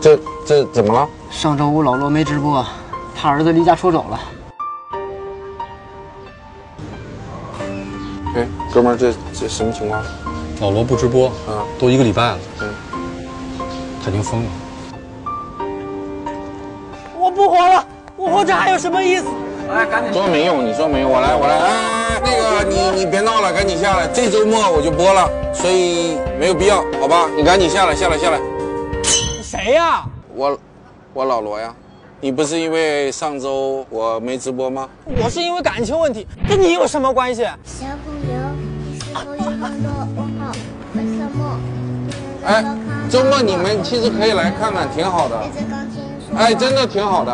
这这怎么了？上周五老罗没直播，他儿子离家出走了。哎，哥们儿，这这什么情况？老罗不直播，嗯都一个礼拜了，嗯，他已经疯了。我不活了，我活着还有什么意思？说没用，你说没用，我来我来。哎，那个你你别闹了，赶紧下来。这周末我就播了，所以没有必要，好吧？你赶紧下来，下来下来。谁呀、我我老罗呀，你不是因为上周我没直播吗？我是因为感情问题，跟你有什么关系？小朋友，你是否有很多问号？为什么？哎，周末你们其实可以来看看，挺好的。哎一直钢琴说。哎，真的挺好的。